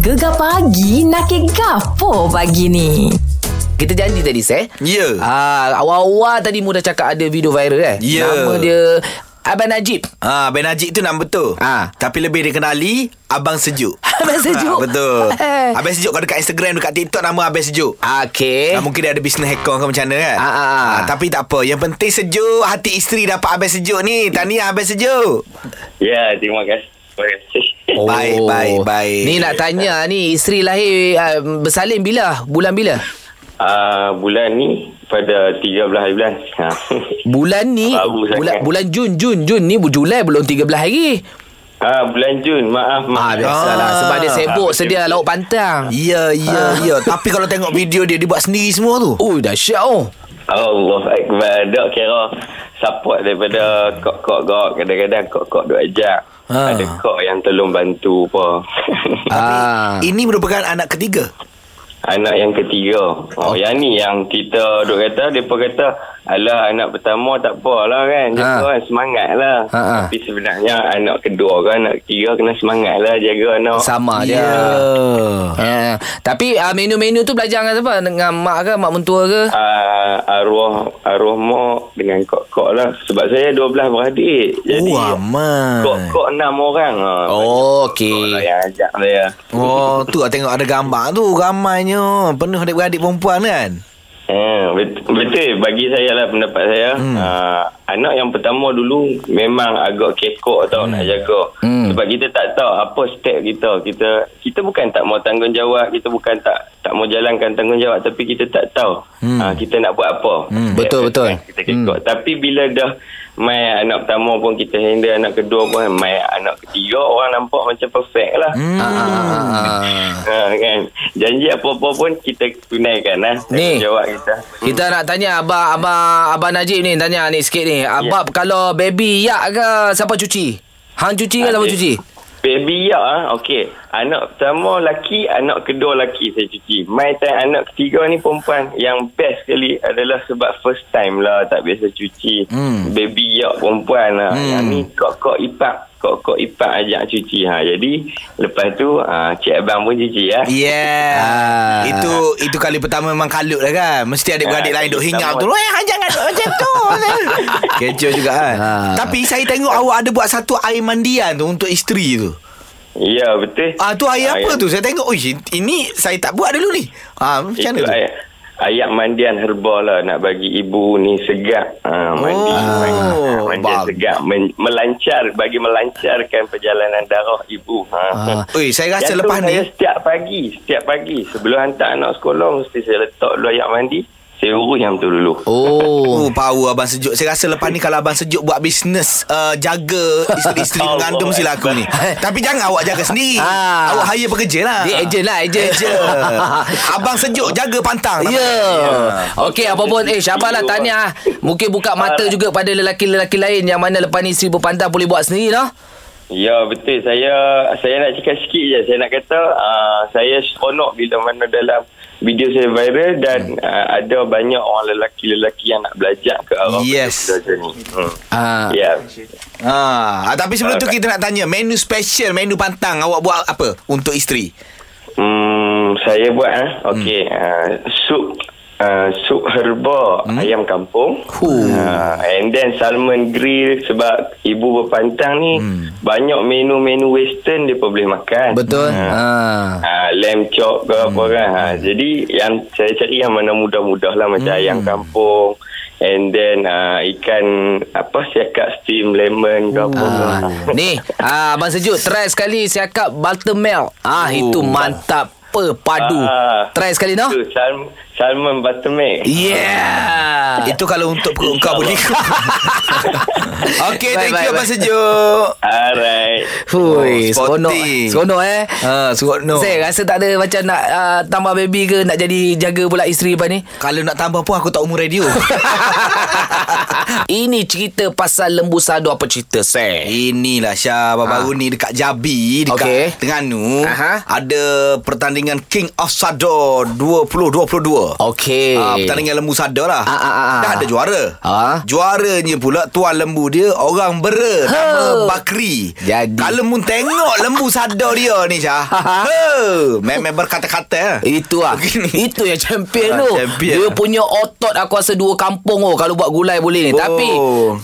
Gegar pagi nak ke gapo pagi ni? Kita janji tadi Seh Ya. Ah, Awal-awal tadi Mu dah cakap ada video viral eh Ya. Nama dia Abang Najib Ah, Ben Najib tu nama betul. Ah. Tapi lebih dikenali Abang Sejuk. Abang Sejuk. Ah, betul. Eh. Abang Sejuk kau dekat Instagram, dekat TikTok nama Abang Sejuk. Okay Ah, mungkin dia ada bisnes hacker ke macam mana kan Ah, ah, ah. Tapi tak apa Yang penting sejuk Hati isteri dapat Abang Sejuk ni Tahniah Abang Sejuk Ya, terima kasih. Terima kasih. Oh. Baik, baik, baik. Ni nak tanya ni Isteri lahir uh, Bersalin bila? Bulan bila? Uh, bulan ni pada 13 hari bulan. Ha. Bulan ni Baru sangat. bulan, bulan Jun Jun Jun ni bu- Julai belum 13 hari Ah, bulan Jun, maaf. Ah maaf. biasalah Ah. sebab dia sibuk Ah, sedia betul-betul. lauk pantang. Ya, ya, ya Tapi kalau tengok video dia Dia buat sendiri semua tu Oh dahsyat oh. Allah Akbar. Tak kira support daripada kok-kok kok. Kadang-kadang kok-kok duk ajak. Ah. Ada kok yang tolong bantu apa. Ah. Ini merupakan anak ketiga anak yang ketiga. Oh, yang ni yang kita duk kata, mereka kata, alah anak pertama tak apalah kan. Jaga Ah. kan, semangat lah. Ah, ah. Tapi sebenarnya anak kedua ke anak ketiga kena semangat lah jaga anak. Ah, Sama dia. Ya Ha, tapi uh, menu-menu tu belajar dengan siapa? Dengan mak ke, mak mentua ke? uh, arwah arwah mak dengan kok-kok lah sebab saya 12 beradik jadi Oh, amat kok-kok 6 orang ha. Oh, Kok lah okey. yang ajak saya Oh, tu lah tengok ada gambar tu Ramainya Penuh adik-beradik perempuan kan Eh, bet- betul bagi saya lah pendapat saya hmm. uh, anak yang pertama dulu memang agak kekok tau nak jaga Hmm. sebab kita tak tahu apa step kita kita kita bukan tak mau tanggungjawab kita bukan tak tak mau jalankan tanggungjawab tapi kita tak tahu hmm. uh, kita nak buat apa Hmm. Step Betul, by betul. Hmm. step kita kekok tapi bila dah mai anak pertama pun kita handle anak kedua pun mai anak ketiga orang nampak macam perfect lah hmm. Ah. Ha, kan janji apa-apa pun kita tunaikan lah Ni. jawab kita Kita nak tanya abang abang abang Najib ni tanya ni sikit ni. Abang kalau baby yak ke siapa cuci? Hang cuci ke siapa Okey. cuci? Baby ya ah. Okey. Anak pertama lelaki, anak kedua lelaki saya cuci. My time anak ketiga ni perempuan. Yang best sekali adalah sebab first time lah tak biasa cuci. Hmm. Baby ya perempuan lah. Hmm. Yang ni kok-kok ipap. Kok-kok ipap ajak cuci. Ha. Jadi lepas tu ah, cik abang pun cuci ya. Yeah. Ah. Itu itu kali pertama memang kalut lah kan. Mesti adik-beradik Ah, lain duk kali hinggap tu. pertama. Eh, hang jangan buat macam tu. Kecoh juga kan. Ah. Tapi saya tengok awak ada buat satu air mandian tu untuk isteri tu. Ya betul. Ah tu air apa ya. tu? Saya tengok, "Oi, ini saya tak buat dulu ni." Ah macam mana Itu tu? ayat, ayat mandian herba lah nak bagi ibu ni segap. Ha, mandi, Oh, mandi, ha, mandian bagus. segap. Men, melancar, bagi melancarkan perjalanan darah ibu. Ha. Ah. Oi, saya rasa Yang tu lepas ni saya setiap pagi, setiap pagi sebelum hantar anak sekolah mesti saya letak dulu ayat mandi. Saya urus yang tu dulu. Oh. Oh, power Abang Sejuk. Saya rasa lepas ni kalau Abang Sejuk buat bisnes uh, jaga isteri-isteri Allah mengandung mesti laku ni. Tapi jangan awak jaga sendiri. Ah. Awak hire pekerja lah. Dia agent lah, agent. Abang Sejuk jaga pantang. Ya. Okey, apa pun eh Syabah lah tahniah. Mungkin buka mata juga pada lelaki-lelaki lain yang mana lepas ni isteri berpantang boleh buat sendiri dah. Ya betul saya saya nak cakap sikit je saya nak kata uh, saya seronok bila mana dalam video saya viral Hmm. dan uh, ada banyak orang lelaki-lelaki yang nak belajar ke arah Yes. benda-benda macam ni. Hmm. Ah. Ya. Ha, ah, tapi sebelum tu kita nak tanya menu special, menu pantang awak buat apa untuk isteri? Hmm saya buat ah. Okey uh, sup Uh, sup herba hmm. ayam kampung uh, and then salmon grill sebab ibu berpantang ni hmm. banyak menu-menu western dia pun boleh makan Betul. Ah. Hmm. Ha, lamb chop ke apa kan. Ha, jadi yang saya cari yang mana mudah-mudah lah macam ayam Hmm. kampung and then uh, ikan apa siakap steam lemon ke apa. Ah, ke. ni ah, Abang Sejuk Try sekali siakap Buttermilk Ah Itu mantap Perpadu Ah. Try sekali no Tu salm, salmon buttermilk. Yeah Itu kalau untuk perut kau boleh. Okey, Bye, thank bye, you Abang bye. Sejuk. Alright. Hui, Oh, seronok sporty. Seronok eh Ha, surat no. Saya rasa tak ada macam nak uh, tambah baby ke nak jadi jaga pula isteri apa ni. Kalau nak tambah pun aku tak umur radio. Ini cerita pasal lembu sadu apa cerita saya. Eh, Inilah Syah Baru-baru ni dekat Jabi Dekat Okey. Terengganu Ah. Aha. Ada pertandingan King of Sador 2022 juara. Okey. Ah, pertandingan lembu sadar lah. Eh. Ah, ah, ah, ah. Dah ada juara. Ah. Juaranya pula tuan lembu dia orang bera. Nama Bakri. Jadi. Ha, Kalau mun tengok lembu sadar dia ni Syah. He, memang berkata-kata. eh. Itu ah. Begini. Itu yang champion Ah, tu. champion. Dia punya otot aku rasa dua kampung oh kalau buat gulai boleh ni. Oh. Tapi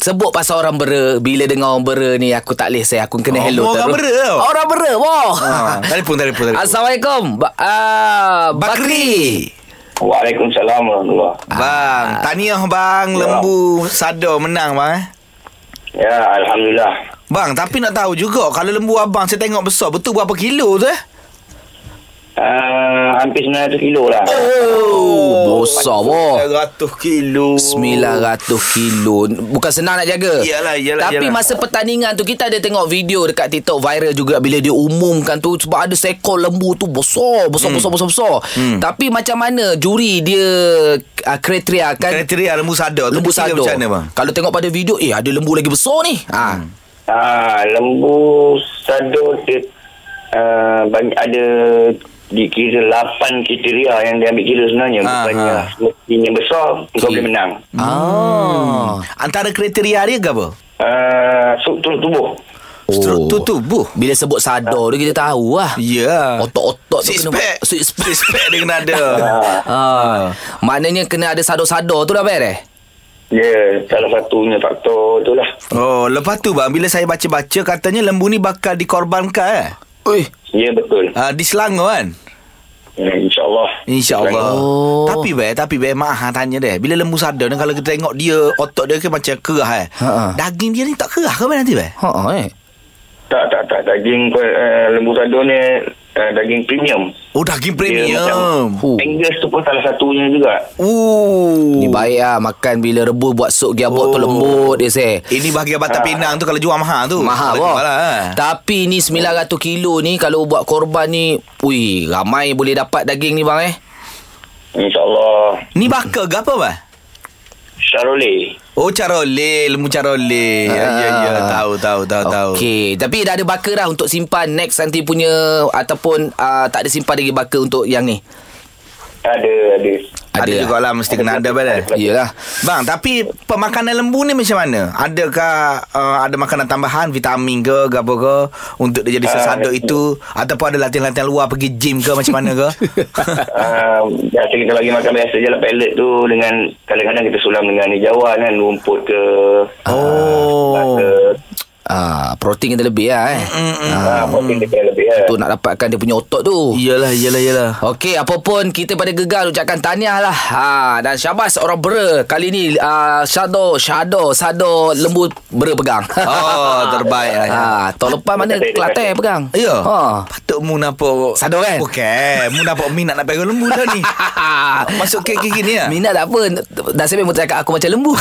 sebut pasal orang bera, bila dengar orang bera ni aku tak leh saya aku kena Oh, hello orang terus. bera tau. Orang bera. Wah. Ah, telefon, telefon, telefon. Assalamualaikum. Ba- ah, Bakri. Bakri. Waalaikumsalam warahmatullahi Bang, Ah. tahniah bang lembu sadar menang bang. eh. Ya, Alhamdulillah. Bang, tapi nak tahu juga kalau lembu abang saya tengok besar, betul berapa kilo tu eh? Uh, hampir 900 kilo lah. Oh, besar wah. 900 kilo. 900 kilo Bukan senang nak jaga Iyalah, iyalah, Tapi iyalah. masa pertandingan tu Kita ada tengok video Dekat TikTok viral juga Bila dia umumkan tu Sebab ada seekor lembu tu Besar Besar hmm. besar besar, besar. Hmm. Tapi macam mana Juri dia uh, Kriteria kan Kriteria lembu sadar tu Lembu kira sado Macam mana bang? Hmm. Kalau tengok pada video Eh ada lembu lagi besar ni ha. Ah, lembu sado dia uh, bagi ada dikira 8 kriteria yang dia ambil kira sebenarnya Ah, bukannya ah. mestinya besar kau Okey. boleh menang. Hmm. Ah. Antara kriteria dia ke apa? Ah, struktur tubuh. Oh. Struktur tubuh. Bila sebut sado tu Kita tahu lah Ya. Otot-otot tu Six kena pack. Six pack Six pack dia kena ada. ah. Maknanya kena ada sado-sado tu lah Ber eh Ya, salah satunya faktor tu lah. Oh, lepas tu bang bila saya baca-baca katanya lembu ni bakal dikorbankan eh. Ui Ya, betul. Uh, di Selangor kan? Ya, InsyaAllah. InsyaAllah Oh. Tapi be Tapi be Mak hang tanya deh Bila lembu sadar ni Kalau kita tengok dia Otot dia kan macam kerah eh Ha-ha. Daging dia ni tak kerah ke be nanti be? Ha eh Tak, tak, tak. Daging uh, lembu sado ni uh, daging premium. Oh daging Ya, Dia premium Huh. Ya, macam Angus tu pun salah satunya juga. Ooh. Ni baik lah makan bila rebus buat sup giabok tu Oh. lembut dia seh. Ini bahagian Batam Pinang tu Kalau jual mahal Ah. tu Mahal Kalau bah. jual lah eh. Tapi ni 900 kilo ni kalau buat korban ni, ui ramai boleh dapat daging ni bang eh. InsyaAllah. Ni bakar ke apa bah? Charolais. Oh carole Lembu carole Ya ya ya Tahu tahu tahu tahu Okey, tapi dah ada bakar dah untuk simpan next nanti punya ataupun uh, tak ada simpan lagi bakar untuk yang ni. Ada, ada. Ada, Ada lah. juga lah Mesti kena ada badan Iyalah. Bang tapi Pemakanan lembu ni macam mana? Adakah uh, Ada makanan tambahan Vitamin ke ke apa ke Untuk dia jadi sesadok itu Ataupun ada latihan-latihan luar Pergi gym ke macam mana ke Ah, biasa kita bagi makan biasa je lah pellet tu dengan kadang-kadang kita sulam dengan ni jawan kan rumput ke Oh ke Ah, protein kita lebih lah eh. ah, mungkin dia kena lebih lah. Tu nak dapatkan dia punya otot tu. Iyalah iyalah iyalah Okey, apa pun kita pada gegar ucapkan tahniah lah. Ha, dan syabas orang bera. Kali ni uh, Shadow, Shadow, Sado, lembu bera pegang. Oh terbaik lah ha, tahun lepas mana Terima kasih, Kelantan terima kasih. pegang. Ya Ha. Patut mu nampak Sadar kan? Bukan Mu nampak minat nak pegang lembu dah ni Ha. Masuk kek kek ni ya Minat tak apa Dah sampai pun cakap aku macam lembu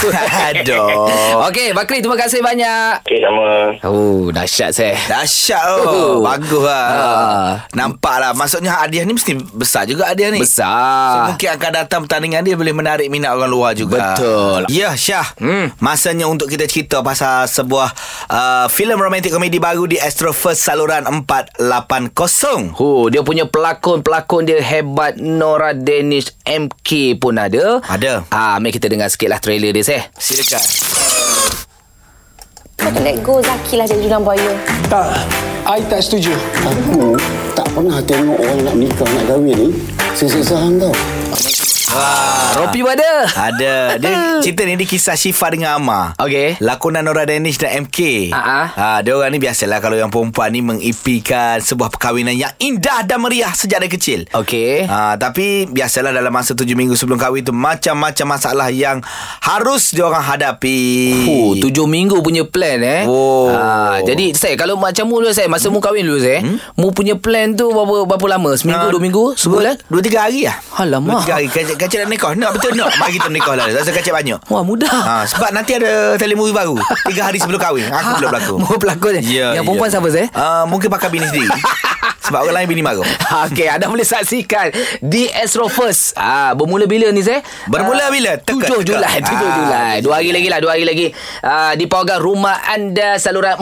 Aduh. Okey Bakri terima kasih banyak Okey sama. Oh dahsyat seh Dahsyat oh. Oh. Bagus lah Ah. Nampak lah Maksudnya hadiah ni mesti besar juga hadiah ni So, Besar mungkin akan datang pertandingan dia boleh menarik minat orang luar juga. Betul. Ya, Syah. Hmm. Masanya untuk kita cerita pasal sebuah uh, filem romantik komedi baru di Astro First saluran 480. Oh, dia punya pelakon-pelakon dia hebat Nora Danish MK pun ada Ada. Ah, mari kita dengar sikit lah trailer dia seh Silakan. Kau tak let go Zaki lah jadi dulang buaya. Tak, I tak setuju. Aku tak pernah tengok orang nak nikah, nak kahwin ni Seksa-seksa hang tau ah. Ropi pun ada Ada. Dia cerita ni dia kisah Syifa dengan Amar. Okey. Lakonan Nora Danish dan MK. Ah, ah. Ah, dia orang ni biasalah kalau yang perempuan ni mengipikan sebuah perkahwinan yang indah dan meriah sejak dari kecil. Okey Ha, tapi biasalah dalam masa tujuh minggu sebelum kahwin tu macam-macam masalah yang harus diorang hadapi. Oh, tujuh minggu punya plan eh. Oh. Ah, jadi saya kalau macam mu dulu saya masa mu kahwin dulu saya, hmm? mu punya plan tu berapa berapa lama? Seminggu, Ah, dua minggu, sebulan? Dua, dua tiga hari lah. Dua Alamak. tiga hari. Kacik, kacik nak nikah. Nak betul nak. Mari kita nikah lah. Rasa kacik banyak. Wah, mudah. Ha, sebab nanti ada telemovie baru. Tiga hari sebelum kahwin. Aku pula berlakon. Mu pelakon. Ya, Yang perempuan ya. siapa saya? Uh, mungkin pakai bini sendiri. Sebab orang lain bini marah. Okey, anda boleh saksikan di Astro First. Ah, bermula bila ni Zeh? Bermula Ah, bila? 7 Teka, teka. Julai, 7 Ah, Julai. Dua hari lagi lah, dua hari lagi. Ah, di Pawagam Rumah Anda saluran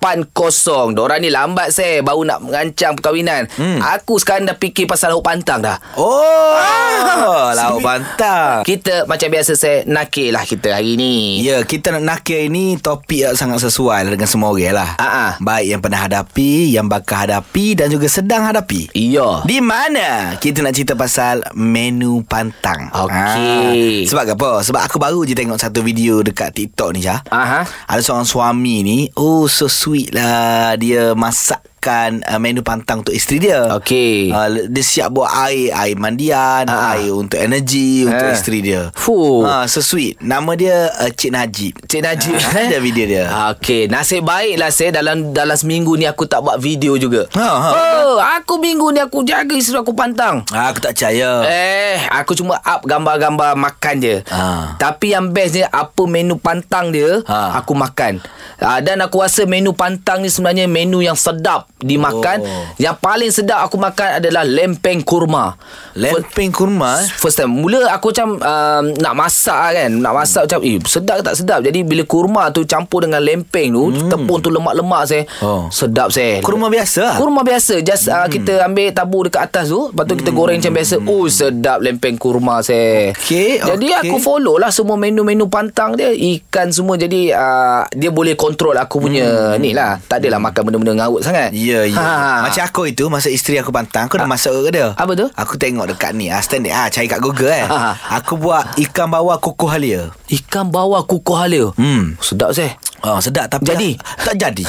480. Diorang ni lambat Zeh, baru nak mengancam perkahwinan. Aku sekarang dah fikir pasal lauk pantang dah. Oh, ah, lauk bantang. Kita macam biasa Zeh, nakil lah kita hari ni. Ya, kita nak nakir ini topik yang sangat sesuai dengan semua orang lah. Ah, ah. Baik yang pernah hadapi, yang bakal hadapi dan juga sedang hadapi. Iya. Di mana kita nak cerita pasal menu pantang. Okey. Ah, sebab apa? Sebab aku baru je tengok satu video dekat TikTok ni Jah. Aha. Ada seorang suami ni, oh so sweet lah dia masakkan uh, menu pantang untuk isteri dia. Okey. Uh, dia siap buat air, air mandian, Ah. air untuk energi untuk Ah. isteri dia. Fuh. Ah, so sweet. Nama dia uh, Cik Najib. Cik Najib eh? Ah, ada video dia. Okey, nasib baik lah saya dalam dalam seminggu ni aku tak buat video juga. Ha, ha. Oh, aku minggu ni aku jaga isteri aku pantang. Ah, aku tak percaya. Eh, aku cuma up gambar-gambar makan je. Ah. Tapi yang best ni apa menu pantang dia, Ah. aku makan. Ah, dan aku rasa menu pantang ni sebenarnya menu yang sedap dimakan. Oh. Yang paling sedap aku makan adalah lempeng kurma. Lempeng kurma. eh? First time Mula aku macam um, Nak masak lah kan Nak masak macam Eh sedap ke tak sedap Jadi bila kurma tu Campur dengan lempeng tu Tepung tu lemak-lemak saya Hmm. Oh. Sedap saya Kurma biasa. lah? Hmm. Kurma biasa Just uh, kita ambil tabur dekat atas tu Lepas tu kita goreng macam biasa Oh sedap lempeng kurma saya Okey, Jadi okey. aku follow lah Semua menu-menu pantang dia Ikan semua Jadi uh, Dia boleh kontrol aku punya Ni lah Tak adalah makan benda-benda ngawut sangat Hmm. Ya, ya. Ha. Ah. Macam aku itu masa isteri aku pantang, aku dah masak ke dia. Apa tu? Aku tengok dekat ni, ah stand ah cari kat Google eh. Ha. aku buat ikan bawah kukuh halia. Ikan bawah kukuh halia Hmm. Sedap saya Oh, sedap tapi Jadi? tak, tak jadi.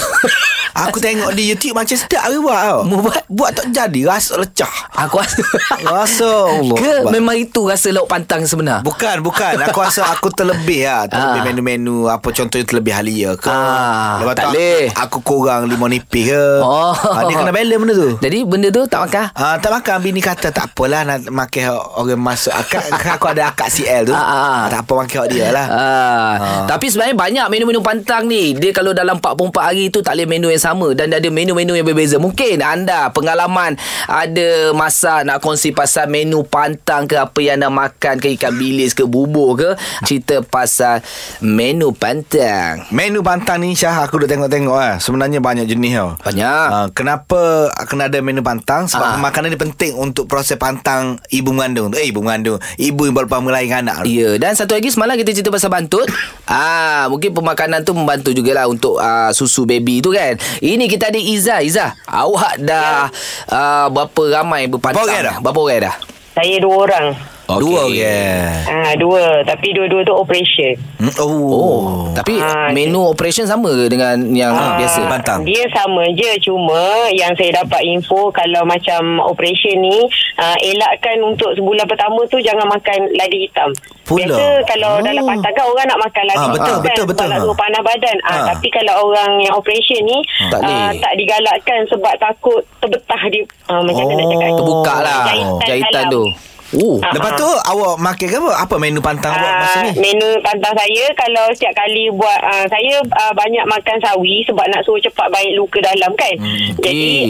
aku tengok di YouTube macam sedap aku buat tau. Mu buat? buat tak jadi, rasa lecah. Aku rasa Rasa Allah. Ke Akbar. memang itu rasa lauk pantang sebenar Bukan, bukan. Aku rasa aku terlebih lah. Terlebih Ah. menu-menu. Apa contohnya terlebih halia ke. Ah, Lepas tak tu boleh. aku, aku kurang limau nipis ke. Oh. Ah, dia kena balance benda tu. Jadi benda tu tak makan Ah, tak makan Bini kata tak apalah Nak makan orang masuk akak, kan Aku ada akak CL tu Ah, ah, ah. Tak apa makan awak dia lah Ah. Tapi sebenarnya banyak menu-menu pantang ni Dia kalau dalam 44 hari tu Tak boleh menu yang sama Dan ada menu-menu yang berbeza Mungkin anda pengalaman Ada masa nak kongsi pasal menu pantang ke Apa yang anda makan ke Ikan bilis ke bubur ke Cerita pasal menu pantang Menu pantang ni Syah Aku dah tengok-tengok lah Sebenarnya banyak jenis tau Banyak. Ah, Kenapa Kena ada menu pantang Ah. Sebab makanan ni penting Untuk proses pantang Ibu mengandung Eh ibu mengandung Ibu yang baru melahirkan anak tu. Ya, dan satu lagi semalam kita cerita pasal bantut. ah, mungkin pemakanan tu membantu jugalah untuk ah, susu baby tu kan. Ini kita ada Iza. Iza, awak dah Ya. ah, berapa ramai berpantang? Berapa orang dah? Berapa orang dah? Saya dua orang. Okey. Dua orang Ah, dua. Tapi dua-dua tu operation. Hmm, Oh, Oh, tapi Ah, menu operation sama ke dengan yang Ah, biasa? Bantang. Dia sama je. Cuma yang saya dapat info kalau macam operation ni, ah, elakkan untuk sebulan pertama tu jangan makan ladi hitam. Pula. Oh. Biasa kalau Ah. dalam pantang kan orang nak makan ladi Ah, hitam betul, kan, betul, betul. sebab nak suruh panas badan. Ah, Ah. Tapi kalau orang yang operation ni, Tak tak, boleh. tak digalakkan sebab takut terbetah dia. Ah, macam Oh, mana nak cakap? Terbuka lah Jahitan jahitan dalam. tu. Oh, Ah. Lepas tu awak makan ke apa? Apa menu pantang awak masa Ah, ni? menu pantang saya kalau setiap kali buat uh, saya uh, banyak makan sawi sebab nak suruh cepat baik luka dalam kan. Hmm. Jadi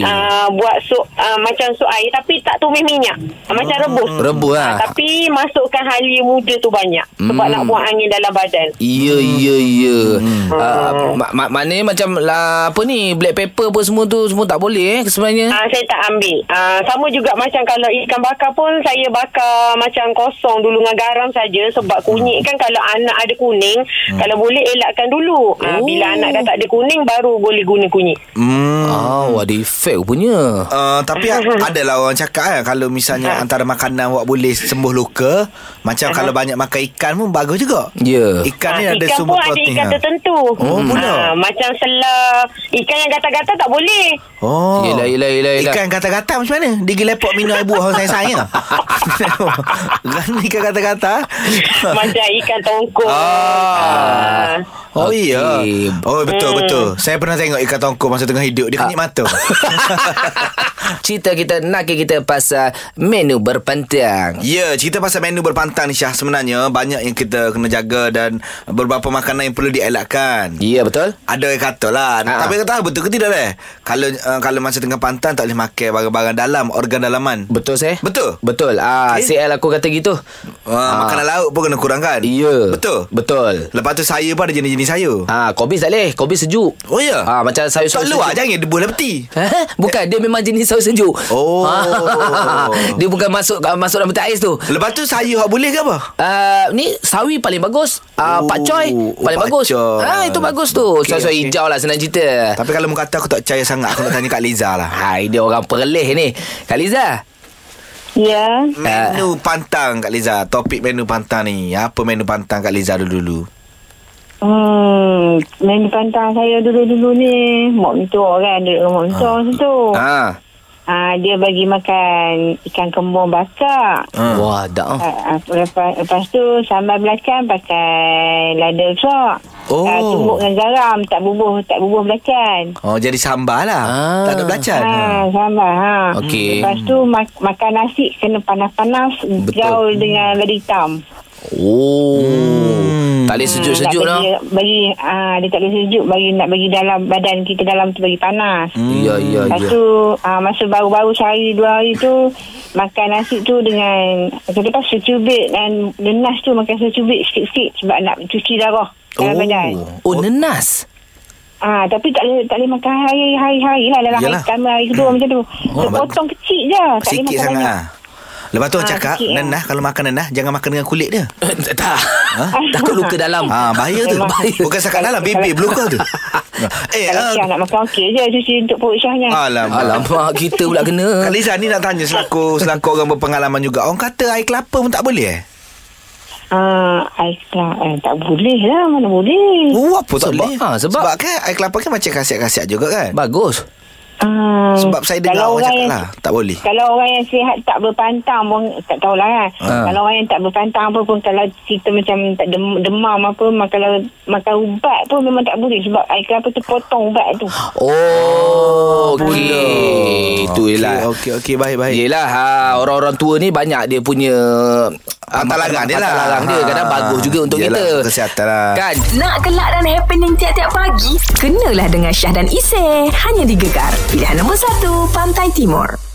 okey. uh, buat sup uh, macam sup air tapi tak tumis minyak. Uh, macam rebus. rebus lah. Hmm. Ah, Tapi masukkan halia muda tu banyak sebab nak buang angin dalam badan. Ya, ya, ya. Hmm. Ah, ma- ma- Maknanya macam lah, apa ni, black pepper apa semua tu semua tak boleh eh sebenarnya. Ah saya tak ambil. Ah sama juga macam kalau ikan bakar pun saya bakar macam kosong dulu dengan garam saja sebab kunyit kan kalau anak ada kuning kalau boleh elakkan dulu. Ah bila anak dah tak ada kuning baru boleh guna kunyit. Hmm. Ah. Oh, ada efek punya. Uh, tapi ada lah orang cakap kan Kalau Ha. misalnya antara makanan awak boleh sembuh luka Macam kalau banyak makan ikan pun bagus juga Ya. Ikan ni Ah, ada ikan sumber pun ada protein ikan ah. tertentu. Oh, pula. Ah, macam selar. Ikan yang gatal-gatal tak boleh. Oh Yelah, yelah, yelah, yelah. Ikan kata-kata macam mana? Digi lepok minum air buah orang sayang-sayang lah. Kan ikan kata-kata macam ikan tongkol. Ah. Ah. Oh Okey. okay. iya Oh betul hmm. betul Saya pernah tengok ikan tongkol Masa tengah hidup Dia kenik mata Cerita kita nakik kita pasal menu berpentang. Ya, cerita pasal menu berpantang ni Syah sebenarnya banyak yang kita kena jaga dan beberapa makanan yang perlu dielakkan. Ya betul? Ada yang kata lah Ha. Tapi kata betul ke tidak leh Kalau uh, kalau masa tengah pantang Tak boleh makan barang-barang dalam Organ dalaman Betul saya? Betul. Betul. Ah, Okey. okay. CL aku kata gitu. uh, Makanan laut pun kena kurangkan Ha. Ya. Betul Betul. Lepas tu sayur pun ada jenis-jenis sayur Ah, kopi tak boleh. Kopi sejuk. Oh ya Ah, macam sayur Tak sayur luar sejuk. jangan debu lah peti Hah? Bukan dia memang jenis saus sejuk. Ah, Oh. dia bukan masuk ah, masuk dalam petai ais tu. Lepas tu sayur hak boleh ke apa? Uh, ni sawi paling bagus uh, Oh, Pak Choi oh, Paling pak bagus choy. ha, Itu bagus tu Okey, okay, Sawi okey. okay. hijau lah Senang cerita Tapi kalau muka kata aku tak percaya sangat Aku nak tanya Kak Liza lah Hai dia Ha, orang perleh ni Kak Liza Ya. Ha. Menu pantang Kak Liza Topik menu pantang ni Apa menu pantang Kak Liza dulu-dulu Hmm, main pantang saya dulu-dulu ni. Mak mentua kan, duduk dengan mak mentua masa tu. Ha Ah, dia bagi makan ikan kembung bakar. hmm. Wah dah Ah, ah, lepas, lepas tu sambal belacan pakai lada kelak. Oh. Ah, tumbuk dengan garam, tak bubuh, tak bubuh belacan. Oh jadi sambal lah Ah. Tak ada belacan Ha, sambal ha. Okey. Lepas tu mak- makan nasi kena panas-panas gaul dengan lada hitam. Oh hmm. Tak boleh sejuk-sejuk Nak lah bagi, bagi ah dia tak boleh sejuk bagi nak bagi dalam badan kita dalam tu bagi panas. Hmm. Ya ya Lepas ya tu ah, masa baru-baru sehari dua hari tu makan nasi tu dengan lepas secubit dan nenas tu makan secubit sikit-sikit sebab nak cuci darah dalam badan. Oh nenas Ah, tapi tak boleh tak boleh makan hari hari hari lah dalam Yalah. hari pertama hari kedua macam tu. Oh, Oh, potong kecil je. Tak boleh Sikit makan sangat banyak. lah. Lepas tu orang Ah, cakap sikit, eh. Nenah kalau makan nenah Jangan makan dengan kulit dia Eh, Tak Takut luka dalam Ha? Ah bahaya tu Hmm. Memang. Bukan sakat dalam Bebek belukar tu Eh ah, Kalau siang eh. nak makan okey je cuci untuk perut syahnya. Alamak Alamak kita pula kena Kak Liza ni nak tanya Selaku Selaku orang berpengalaman juga Orang kata air kelapa pun tak boleh eh Ah, air kelapa eh, tak boleh lah, mana boleh. Oh apa Sebab- tak boleh ah, sebab- sebab kan air kelapa kan macam kasiat-kasiat juga kan Bagus Ah, Sebab saya dengar kalau orang cakap yang- lah Tak boleh Kalau orang yang sihat tak berpantang pun tak tahulah kan. Ha. Ah. Kalau orang yang tak berpantang apa pun kalau kita macam tak dem- demam apa makan kalau makan ubat pun memang tak boleh sebab air kelapa tu potong ubat tu. Oh Okey Eh, Itu lah. Okey, ialah Okey okey baik-baik Yelah ha, Orang-orang tua ni Banyak dia punya Patah larang dia lah. Patah larang dia Kadang Ha. bagus juga untuk Yelah, kita untuk kesihatan lah. Kan Nak kelak dan happening tiap-tiap pagi? Kenalah dengan Syah dan Isy. Hanya di Gegar. Pilihan nombor 1, Pantai Timur.